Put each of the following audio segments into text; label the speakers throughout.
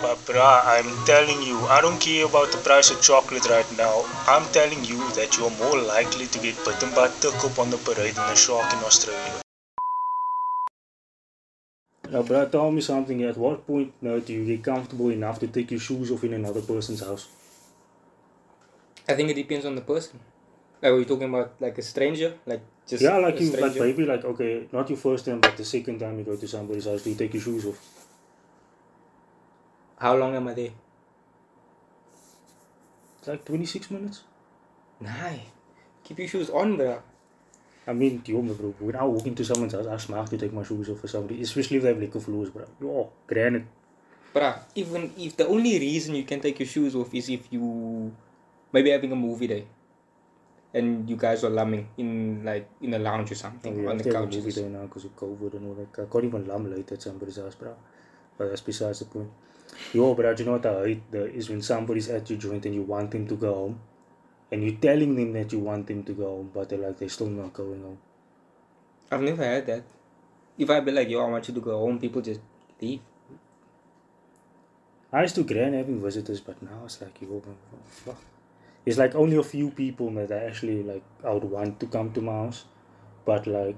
Speaker 1: But bruh, I'm telling you, I don't care about the price of chocolate right now. I'm telling you that you're more likely to get bitten by a up on the parade than a shark in Australia. Now, bruh, tell me something. At what point now do you get comfortable enough to take your shoes off in another person's house?
Speaker 2: I think it depends on the person. Like, were you talking about like a stranger? Like just
Speaker 1: yeah,
Speaker 2: a
Speaker 1: like you, like
Speaker 2: stranger?
Speaker 1: maybe like okay, not your first time, but the second time you go to somebody's house, do you take your shoes off?
Speaker 2: How long am I there?
Speaker 1: It's like 26 minutes.
Speaker 2: Nah, keep your shoes on, bro.
Speaker 1: I mean, you me, bro. When I walk into someone's house, I smart to take my shoes off for somebody, especially if they have liquor floors, bro. Yo, granted.
Speaker 2: Bruh, even if the only reason you can take your shoes off is if you maybe having a movie day and you guys are lumming in like in a lounge or something
Speaker 1: We
Speaker 2: on
Speaker 1: have
Speaker 2: the
Speaker 1: to have a
Speaker 2: couch.
Speaker 1: movie there now because of COVID and all that. I can't even lam late at somebody's house, bro. But that's besides the point. Yo, bro, do you know what I hate? The, is when somebody's at your joint and you want them to go home, and you're telling them that you want them to go home, but they're like, they're still not going home.
Speaker 2: I've never had that. If I be like, yo, I want you to go home, people just leave.
Speaker 1: I used to grand having visitors, but now it's like you open. Fuck. It's like only a few people that I actually like. I would want to come to my house, but like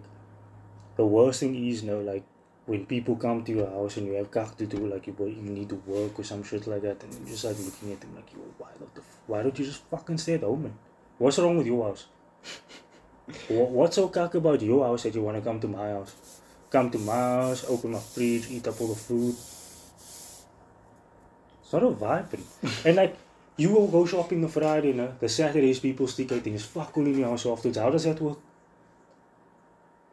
Speaker 1: the worst thing is you know, like when people come to your house and you have work to do, like you wo- you need to work or some shit like that, and you're just like looking at them like, yo, why not the f- why don't you just fucking stay at home, man? What's wrong with your house? Wha- What's so cock about your house that you want to come to my house? Come to my house, open my fridge, eat up all the food. It's not a vibe. man. and like, you will go shopping on Friday, no? the Saturdays people stick out things. Fuck all in your house afterwards. How does that work?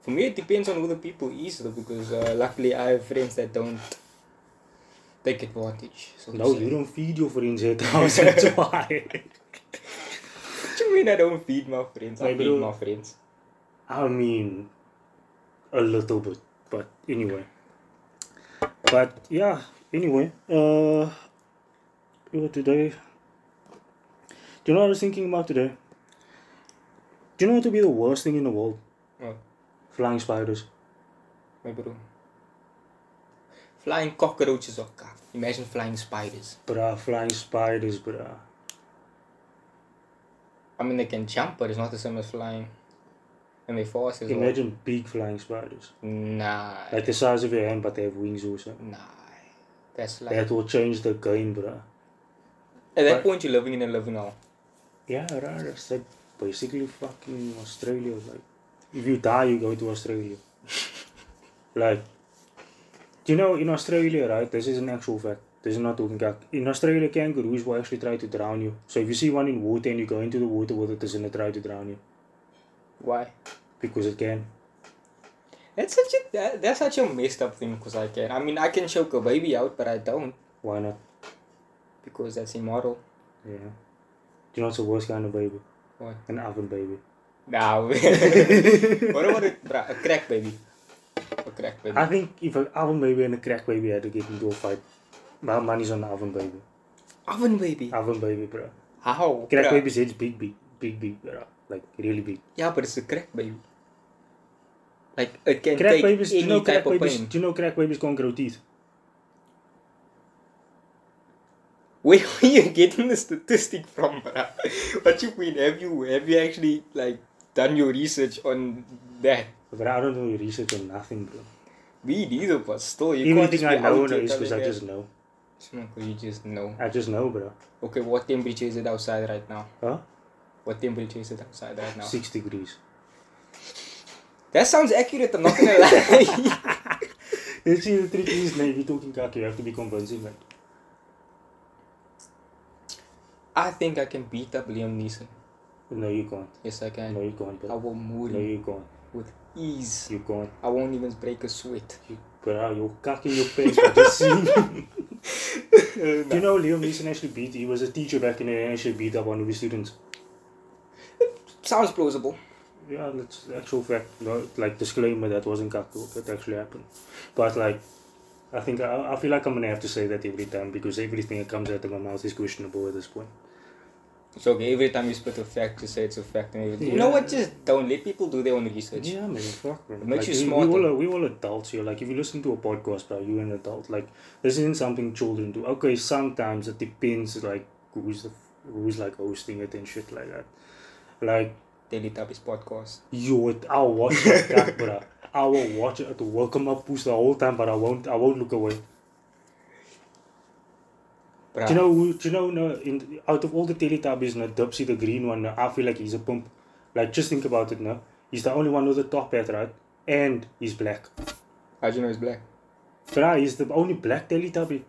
Speaker 2: For me, it depends on who the people is, though, because uh, luckily I have friends that don't take advantage. So to
Speaker 1: No,
Speaker 2: say.
Speaker 1: you don't feed your friends at the house. That's why.
Speaker 2: What you mean I don't feed my friends? I
Speaker 1: Like,
Speaker 2: feed
Speaker 1: bro.
Speaker 2: my friends.
Speaker 1: I mean, a little bit, but anyway. But yeah, anyway. Uh, yeah, today. Do you know what I was thinking about today? Do you know what would be the worst thing in the world?
Speaker 2: Oh,
Speaker 1: Flying spiders.
Speaker 2: my bro. Flying cockroaches or cock. Imagine flying spiders.
Speaker 1: Bruh, flying spiders, bruh.
Speaker 2: I mean, they can jump, but it's not the same as flying. And they fast as well.
Speaker 1: Imagine big flying spiders.
Speaker 2: Nah.
Speaker 1: Like the size of your hand, but they have wings also.
Speaker 2: Nah. That's like.
Speaker 1: That will change the game, bruh.
Speaker 2: At that
Speaker 1: Right.
Speaker 2: point, you're living in a living hell.
Speaker 1: Yeah, right. That's like basically fucking Australia. Like, if you die, you go to Australia. like, do you know in Australia, right? This is an actual fact. This is not talking cock. In Australia, kangaroos will actually try to drown you. So if you see one in water and you go into the water with it, it's gonna try to drown you
Speaker 2: Why?
Speaker 1: because it can.
Speaker 2: That's such a that, that's such a messed up thing because I can. I mean, I can choke a baby out, but I don't
Speaker 1: Why not?
Speaker 2: because that's immoral.
Speaker 1: Yeah. Do you know what's the worst kind of baby?
Speaker 2: What?
Speaker 1: An oven baby.
Speaker 2: Nah. what about a, bra- a crack baby? A crack baby.
Speaker 1: I think if an oven baby and a crack baby had to get into a fight, my money's on the oven baby.
Speaker 2: Oven baby.
Speaker 1: Oven baby, bro.
Speaker 2: How?
Speaker 1: Crack
Speaker 2: bruh?
Speaker 1: baby's head's big, big, big, big, bro. Like really big.
Speaker 2: Yeah, but it's a crack baby. Like it can
Speaker 1: Crack
Speaker 2: take
Speaker 1: babies. Do
Speaker 2: any
Speaker 1: you know
Speaker 2: type
Speaker 1: crack
Speaker 2: of
Speaker 1: babies?
Speaker 2: pain.
Speaker 1: Do you know crack babies can't grow teeth?
Speaker 2: Where are you getting the statistic from, bruh? What you mean? Have you have you actually like done your research on that?
Speaker 1: But I don't do any research on nothing, bro.
Speaker 2: We neither, but still, you
Speaker 1: Even
Speaker 2: can't
Speaker 1: thing
Speaker 2: just
Speaker 1: I
Speaker 2: be out
Speaker 1: know
Speaker 2: here
Speaker 1: is because I
Speaker 2: telling
Speaker 1: just
Speaker 2: us-
Speaker 1: know.
Speaker 2: It's not 'cause you just know.
Speaker 1: I just know, bro.
Speaker 2: Okay, what temperature is it outside right now?
Speaker 1: Huh?
Speaker 2: What temperature is it outside right now?
Speaker 1: Six degrees.
Speaker 2: That sounds accurate. I'm not gonna lie.
Speaker 1: You see, the trick is, man, if you're talking cock, you have to be convincing, man.
Speaker 2: I think I can beat up Liam Neeson.
Speaker 1: No, you can't.
Speaker 2: Yes, I can.
Speaker 1: No, you can't,
Speaker 2: I
Speaker 1: bro.
Speaker 2: will move
Speaker 1: No,
Speaker 2: him
Speaker 1: you can't.
Speaker 2: with ease.
Speaker 1: You can't.
Speaker 2: I won't even break a sweat.
Speaker 1: You, bro, you're cocking your pants, but just see. Do you know Liam Neeson actually beat? He was a teacher back in the day and actually beat up one of his students.
Speaker 2: Sounds plausible.
Speaker 1: Yeah, that's the actual fact. No, like disclaimer, that wasn't cocktail. That actually happened. But like, I think I, I feel like I'm gonna have to say that every time because everything that comes out of my mouth is questionable at this point.
Speaker 2: It's okay. Every time you spit a fact, you say it's a fact, and everything. You know what? Just don't let people do their own research.
Speaker 1: Yeah, man, fuck, man.
Speaker 2: It makes
Speaker 1: Like,
Speaker 2: you
Speaker 1: we-
Speaker 2: smarter.
Speaker 1: We all, are, we all adults here. Like, if you listen to a podcast, bro, you're an adult. Like, this isn't something children do. Okay, sometimes it depends, like, who's the, who's like hosting it and shit like that. Like,
Speaker 2: Daily Tubbies podcast.
Speaker 1: you would, I'll watch that, that bro. I will watch it. It will welcome up push the whole time, but I won't. I won't look away.
Speaker 2: Bruh.
Speaker 1: Do you know who? Do you know? No, in out of all the Teletubbies, no, Dubsy the green one. No, I feel like he's a pimp. Like just think about it. No, he's the only one with a top hat, right? And he's black.
Speaker 2: How do you know he's black?
Speaker 1: Bruh, he's the only black Teletubby.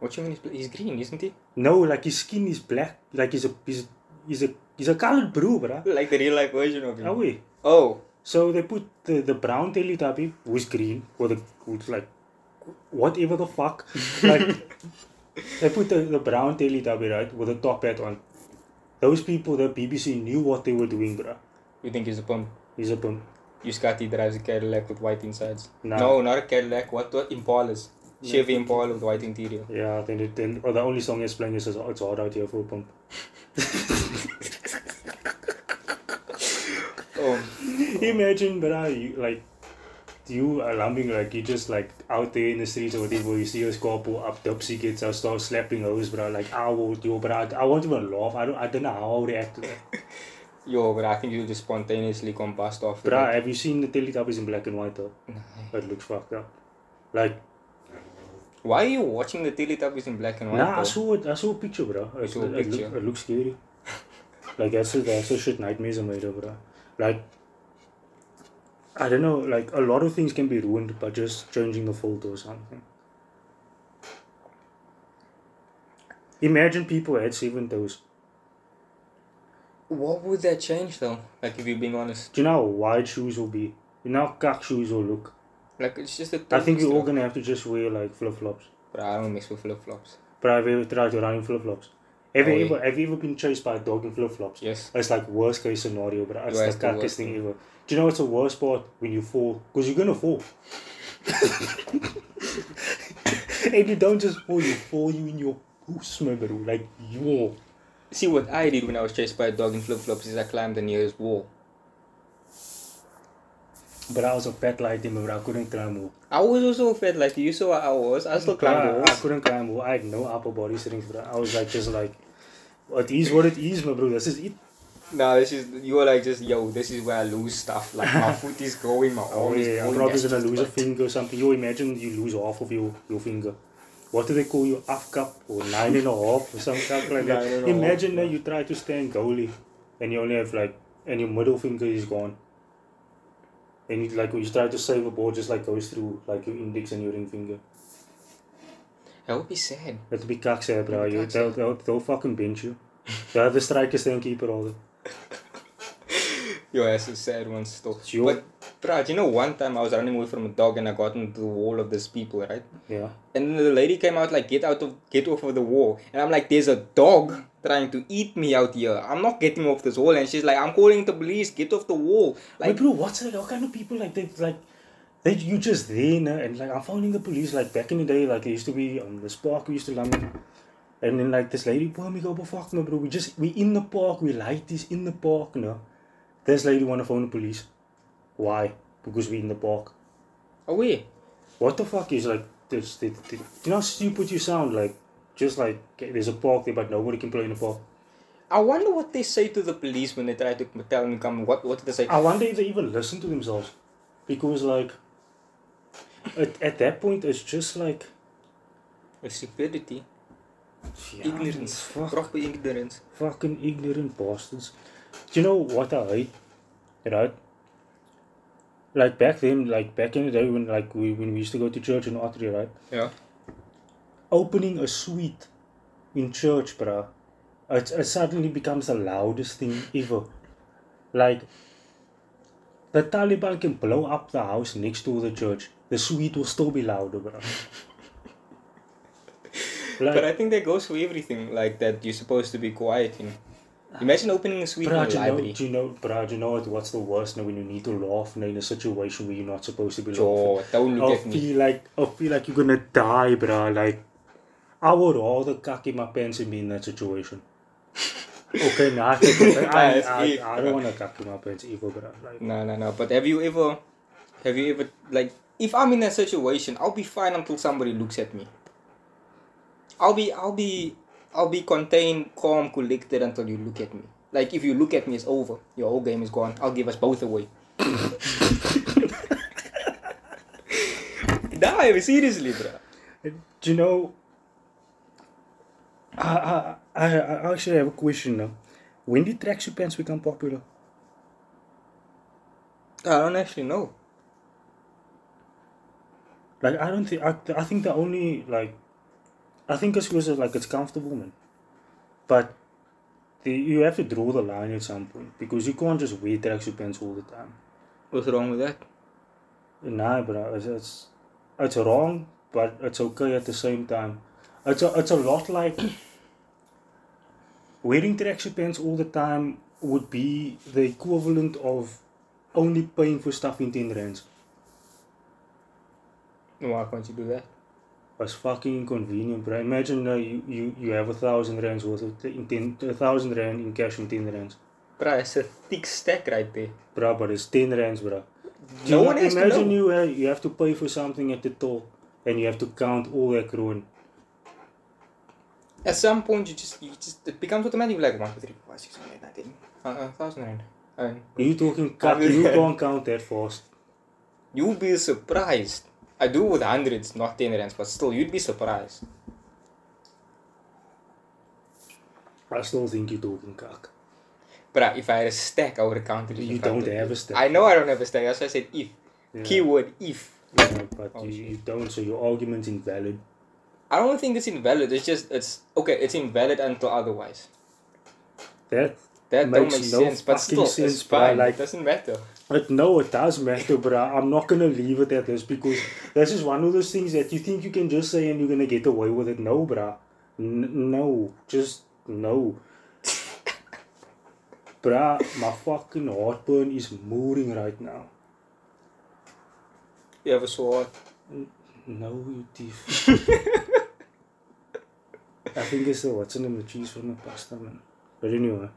Speaker 2: What you mean he's, black? he's green, isn't he?
Speaker 1: No, like his skin is black. Like he's a he's he's a he's a colored bro, bruh.
Speaker 2: Like the real life version of
Speaker 1: Are
Speaker 2: him.
Speaker 1: we?
Speaker 2: Oh,
Speaker 1: So they put the, the brown Teletubby, who's green, or the who's like whatever the fuck. Like they put the, the brown Teletubby right with a top hat on. Those people, the BBC knew what they were doing, bruh.
Speaker 2: you think he's a pump?
Speaker 1: He's a pimp.
Speaker 2: Uscati drives a Cadillac with white insides.
Speaker 1: No.
Speaker 2: No, not a Cadillac. What? what? Impalas. Chevy Impala with white interior.
Speaker 1: Yeah, then it, then or the only song he's playing is it's hard out here for a pimp.
Speaker 2: Oh,
Speaker 1: Imagine, but I you, like you are lumbing like you just like out there in the streets or whatever. You see a score pull up, Dubsy gets out, start slapping hose, bro. Like I would, yo, but I, I won't even laugh. I don't, I don't know how I would react to that.
Speaker 2: yo, but I think you'll just spontaneously combust off.
Speaker 1: But I, have you seen the Teletubbies in black and white though? It looks fucked up. Like
Speaker 2: Why are you watching the Teletubbies in black and white?
Speaker 1: nah, I
Speaker 2: bro?
Speaker 1: saw it. I saw a picture, bro. It,
Speaker 2: saw a
Speaker 1: it, look-
Speaker 2: picture?
Speaker 1: it looks scary. like that's the that's the shit nightmares are made of, bro. Like. I don't know, like a lot of things can be ruined by just changing the filter or something. Imagine people had seven toes.
Speaker 2: What would that change though? Like if you're being honest,
Speaker 1: Do you know how wide shoes will be? You know how cock shoes will look?
Speaker 2: like it's just a.
Speaker 1: I think
Speaker 2: you
Speaker 1: we're all gonna have to just wear like flip flops.
Speaker 2: But I don't mix with flip flops.
Speaker 1: But I've ever tried to run in flip flops. Have,
Speaker 2: Oh,
Speaker 1: you
Speaker 2: yeah.
Speaker 1: ever have you ever been chased by a dog in flip flops?
Speaker 2: Yes.
Speaker 1: It's like worst case scenario, but it's
Speaker 2: Yeah, it's
Speaker 1: the
Speaker 2: the
Speaker 1: cuckest
Speaker 2: worst
Speaker 1: thing ever. Do you know what's the worst part when you fall? Because you're gonna fall. and you don't just fall, you fall you in your hoofs, my bro. Like yo.
Speaker 2: See what I did when I was chased by a dog in flip flops is I climbed the nearest wall.
Speaker 1: But I was a fat light in bro. I couldn't climb wall.
Speaker 2: I was also fat like you saw how I was. I still climbed the
Speaker 1: I, I
Speaker 2: walls.
Speaker 1: couldn't climb wall. I had no upper body strength, bro. I was like just like it is what it is, my bro. This is it.
Speaker 2: No, this is you were like just yo. This is where I lose stuff. Like my foot is going, my
Speaker 1: Oh,
Speaker 2: arm is
Speaker 1: yeah, I'm
Speaker 2: going.
Speaker 1: probably
Speaker 2: that's
Speaker 1: gonna
Speaker 2: just
Speaker 1: lose a
Speaker 2: bad.
Speaker 1: finger or something. You imagine you lose half of your, your finger. What do they call you? Half cup or nine and a half or something like
Speaker 2: Nine and
Speaker 1: that.
Speaker 2: a half,
Speaker 1: Imagine that you try to stand goalie and you only have like and your middle finger is gone. And you like when you try to save a ball just like goes through like your index and your ring finger.
Speaker 2: That would be sad.
Speaker 1: It'll be cocks bro.
Speaker 2: It'll be
Speaker 1: You
Speaker 2: kakse.
Speaker 1: they'll, they'll, they'll fucking bench you. They'll have the strikers then keeper all the
Speaker 2: Yo, that's a sad one still.
Speaker 1: Sure.
Speaker 2: But, bruh, do you know one time I was running away from a dog and I got into the wall of these people, right?
Speaker 1: Yeah.
Speaker 2: And then the lady came out like, get out of, get off of the wall. And I'm like, there's a dog trying to eat me out here. I'm not getting off this wall. And she's like, I'm calling the police. Get off the wall.
Speaker 1: Like,
Speaker 2: Like,
Speaker 1: bro, what's like? What kind of people like that? Like, they you just there nah, and like I'm phoning the police. Like back in the day, like there used to be on the park we used to lump, and then like this lady, boy, me go, but fuck no, bro. We just we in the park. We like this in the park, no. This lady wanna phone the police. Why? Because we in the park.
Speaker 2: away.
Speaker 1: What the fuck is like this? The, the, you know how stupid you sound like. Just like okay, there's a park there, but nobody can play in the park.
Speaker 2: I wonder what they say to the police when they try to tell me come. What, what did they say?
Speaker 1: I wonder if they even listen to themselves, because like, at, at that point it's just like
Speaker 2: Stupidity.
Speaker 1: Yeah,
Speaker 2: Ignorance.
Speaker 1: Fuck,
Speaker 2: Proper ignorance.
Speaker 1: fucking ignorant bastards. Do you know what I hate? Right? Like back then, like back in the day when like we when we used to go to church in Ottery, right?
Speaker 2: Yeah.
Speaker 1: Opening a suite in church, bruh. It, it suddenly becomes the loudest thing ever. Like the Taliban can blow up the house next to the church. The suite will still be louder, bruh. Like,
Speaker 2: But I think that goes for everything, like that you're supposed to be quiet in. Imagine opening a suite in a
Speaker 1: But do Ah. you know,
Speaker 2: library.
Speaker 1: do you know, but do you know what, what's the worst now when you need to laugh now in a situation where you're not supposed to be laughing?
Speaker 2: Oh, don't look
Speaker 1: I
Speaker 2: at me.
Speaker 1: feel like I feel like you're gonna die, bruh. Like I would rather cock in my pants and be in that situation. Okay, nah, I, take it back. I,
Speaker 2: Nah, it's
Speaker 1: I,
Speaker 2: evil,
Speaker 1: I
Speaker 2: bro.
Speaker 1: don't want to cuck my parents evil, but I'm like,
Speaker 2: No, no, no. But have you ever, have you ever like, if I'm in a situation, I'll be fine until somebody looks at me. I'll be, I'll be, I'll be contained, calm, collected until you look at me. Like if you look at me, it's over. Your whole game is gone. I'll give us both away. Die seriously, bro.
Speaker 1: do you know? I, I, I, I actually have a question now. When did tracksuit pants become popular?
Speaker 2: I don't actually know.
Speaker 1: Like, I don't think, I, I think the only, like, I think it's because, like, it's comfortable, man. But the, you have to draw the line at some point because you can't just wear tracksuit pants all the time.
Speaker 2: What's wrong with that?
Speaker 1: Nah, bro, it's, it's it's wrong, but it's okay at the same time. It's a, it's a lot like wearing tracksuit pants all the time would be the equivalent of only paying for stuff in ten rands.
Speaker 2: Why can't you do that?
Speaker 1: It's fucking inconvenient, bro. Imagine uh, you, you you have a thousand rands worth of t- in ten a thousand rand in cash in ten rands,
Speaker 2: Bruh, it's a thick stack right there.
Speaker 1: bro. But it's ten rands, bro.
Speaker 2: No
Speaker 1: You
Speaker 2: one
Speaker 1: know,
Speaker 2: has
Speaker 1: imagine
Speaker 2: to know.
Speaker 1: you uh, you have to pay for something at the toll, and you have to count all that kroon.
Speaker 2: At some point, you just you just it becomes automatic. Like one, two, three, four, five, six, seven, eight, nine, ten. Uh, uh, thousand rand. And
Speaker 1: You talking
Speaker 2: I
Speaker 1: cut?
Speaker 2: will-
Speaker 1: You can't count that fast.
Speaker 2: you'll be surprised. I do with hundreds, not ten rands, but still, you'd be surprised.
Speaker 1: I still think you talking cock.
Speaker 2: But if I had a stack, I would have counted it.
Speaker 1: You
Speaker 2: in front
Speaker 1: don't
Speaker 2: of
Speaker 1: have
Speaker 2: me.
Speaker 1: a stack.
Speaker 2: I know I don't have a stack. That's why I said if.
Speaker 1: Yeah.
Speaker 2: Keyword if.
Speaker 1: Yeah, but
Speaker 2: Oh,
Speaker 1: you,
Speaker 2: shit.
Speaker 1: you don't, so your argument's invalid.
Speaker 2: I don't think it's invalid. It's just it's okay. It's invalid until otherwise.
Speaker 1: That
Speaker 2: That
Speaker 1: makes
Speaker 2: don't make
Speaker 1: no
Speaker 2: sense. But
Speaker 1: fucking
Speaker 2: still, it's
Speaker 1: sense, bro.
Speaker 2: fine.
Speaker 1: Like-
Speaker 2: it doesn't matter.
Speaker 1: but no, it does matter, bruh. I'm not gonna leave it at this because this is one of those things that you think you can just say and you're gonna get away with it. No, bruh. N- no, just no. bruh, my fucking heartburn is mooring right now.
Speaker 2: You have a sword.
Speaker 1: No, you thief. I think it's the what's in the cheese from the pasta, man. But anyway,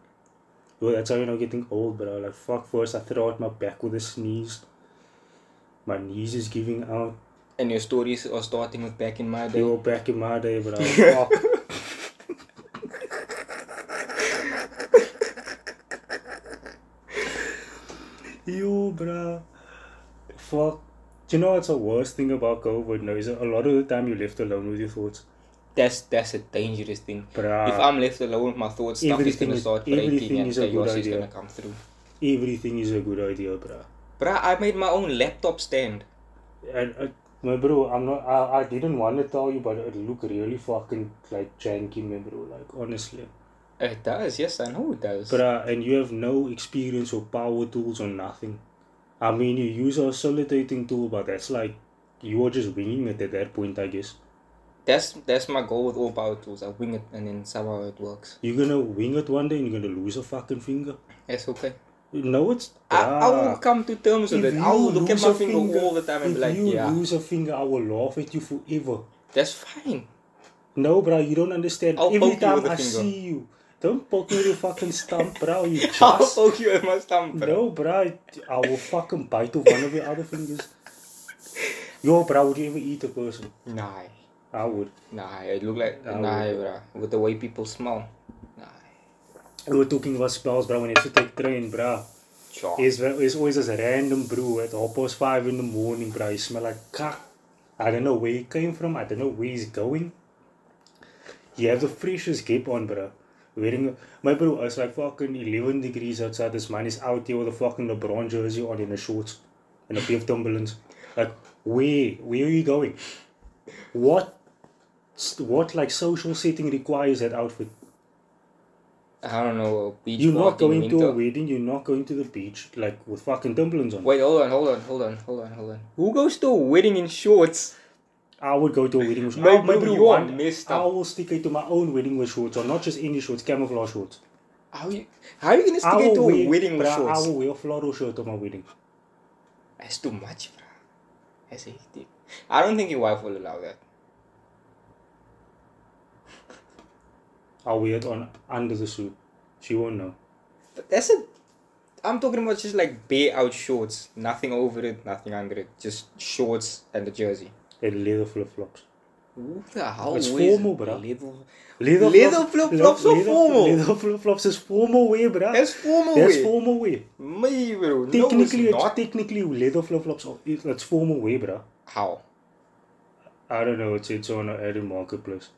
Speaker 1: well, that's how you're not getting old, bro. Like, fuck, first I throw out my back with a sneeze. My knees is giving out.
Speaker 2: And your stories are starting with back in my
Speaker 1: They
Speaker 2: day.
Speaker 1: were back in my day, bro. Fuck. Yo, bro. Fuck. Do you know what's the worst thing about COVID? No, is a lot of the time you're left alone with your thoughts.
Speaker 2: That's that's a dangerous thing.
Speaker 1: Bruh.
Speaker 2: if I'm left alone with my thoughts, stuff
Speaker 1: Uh,
Speaker 2: is
Speaker 1: Everything
Speaker 2: gonna
Speaker 1: is-
Speaker 2: start breaking
Speaker 1: everything
Speaker 2: and
Speaker 1: is a
Speaker 2: the
Speaker 1: good
Speaker 2: yours is
Speaker 1: idea.
Speaker 2: gonna come through.
Speaker 1: Everything is a good idea, bro.
Speaker 2: Bruh, I made my own laptop stand.
Speaker 1: And uh, my bro, I'm not. I, I didn't want to tell you, but it look really fucking like janky, my bro. Like honestly,
Speaker 2: It does, yes, I know it does.
Speaker 1: bro. uh, And you have no experience or power tools or nothing. I mean, you use a solitating tool, but that's like you are just winging it at that point, I guess.
Speaker 2: that's that's my goal with all power tools. I wing it and then somehow it works.
Speaker 1: You're gonna wing it one day, and you're gonna lose a fucking finger.
Speaker 2: That's okay.
Speaker 1: You know it's.
Speaker 2: I, I will
Speaker 1: Bruh.
Speaker 2: come to terms with
Speaker 1: If
Speaker 2: it. I will
Speaker 1: you
Speaker 2: look at
Speaker 1: lose
Speaker 2: my
Speaker 1: a
Speaker 2: finger, all the time and
Speaker 1: if
Speaker 2: be like,
Speaker 1: you
Speaker 2: yeah,
Speaker 1: lose a finger, I will laugh at you forever.
Speaker 2: that's fine.
Speaker 1: No, bro, you don't understand.
Speaker 2: I'll
Speaker 1: Every
Speaker 2: poke you with
Speaker 1: time I
Speaker 2: a finger.
Speaker 1: see you, don't poke me with your fucking stump, bro. You
Speaker 2: I'll
Speaker 1: just
Speaker 2: poke you with my thumb, bro.
Speaker 1: no, bro. I will fucking bite off one of your other fingers. Yo, bro, would you ever eat a person?
Speaker 2: Nah,
Speaker 1: I would.
Speaker 2: nah, it look like
Speaker 1: I
Speaker 2: nah, bruh. With the way people smell, nah.
Speaker 1: We were talking about spells, bro. When I used to take train, bro.
Speaker 2: Sure.
Speaker 1: It's, it's always this random brew at half past five in the morning, bro. You smell like cock. I don't know where he came from. I don't know where he's going. You have the freshest cape on, bro. Wearing a- my bro, it's like fucking 11 degrees outside. This man is out here with a fucking LeBron jersey on and a shorts and a pair of Timberlands. Like, where? Where are you going? What? What like social setting requires that outfit?
Speaker 2: I don't know. Beach
Speaker 1: You're not
Speaker 2: party in
Speaker 1: going to
Speaker 2: winter.
Speaker 1: a wedding. You're not going to the beach like with fucking Timberlands on.
Speaker 2: Wait, hold on, hold on, hold on, hold on, hold on. Who goes to a wedding in shorts?
Speaker 1: I would go to a wedding with
Speaker 2: Maybe
Speaker 1: I, maybe
Speaker 2: you are
Speaker 1: one-
Speaker 2: messed
Speaker 1: I
Speaker 2: up.
Speaker 1: will stick it to my own wedding with shorts, or not just any shorts, camouflage shorts.
Speaker 2: How you how are you gonna
Speaker 1: I
Speaker 2: stick it to
Speaker 1: will
Speaker 2: a
Speaker 1: wear,
Speaker 2: wedding with
Speaker 1: bruh, I
Speaker 2: shorts?
Speaker 1: will wear a floral shirt on my wedding.
Speaker 2: That's too much, bro. That's hectic. I don't think your wife will allow that.
Speaker 1: I'll wear it on under the suit. She won't know.
Speaker 2: But that's it. I'm talking about just like bare out shorts, nothing over it, nothing under it, just shorts and the jersey.
Speaker 1: And leather flip flops.
Speaker 2: Who the hell
Speaker 1: It's
Speaker 2: wears
Speaker 1: formal, bruh.
Speaker 2: Leather,
Speaker 1: Leather,
Speaker 2: Leather
Speaker 1: flop-
Speaker 2: flip-flops are
Speaker 1: leather-
Speaker 2: formal.
Speaker 1: Leather flip flops is formal wear, bruh.
Speaker 2: that's formal.
Speaker 1: That's
Speaker 2: wear.
Speaker 1: formal wear.
Speaker 2: Me, bro. no, it's
Speaker 1: Technically, it's
Speaker 2: not.
Speaker 1: technically leather flip flops. That's formal wear, bruh.
Speaker 2: How?
Speaker 1: I don't know. It's it's on an added marketplace.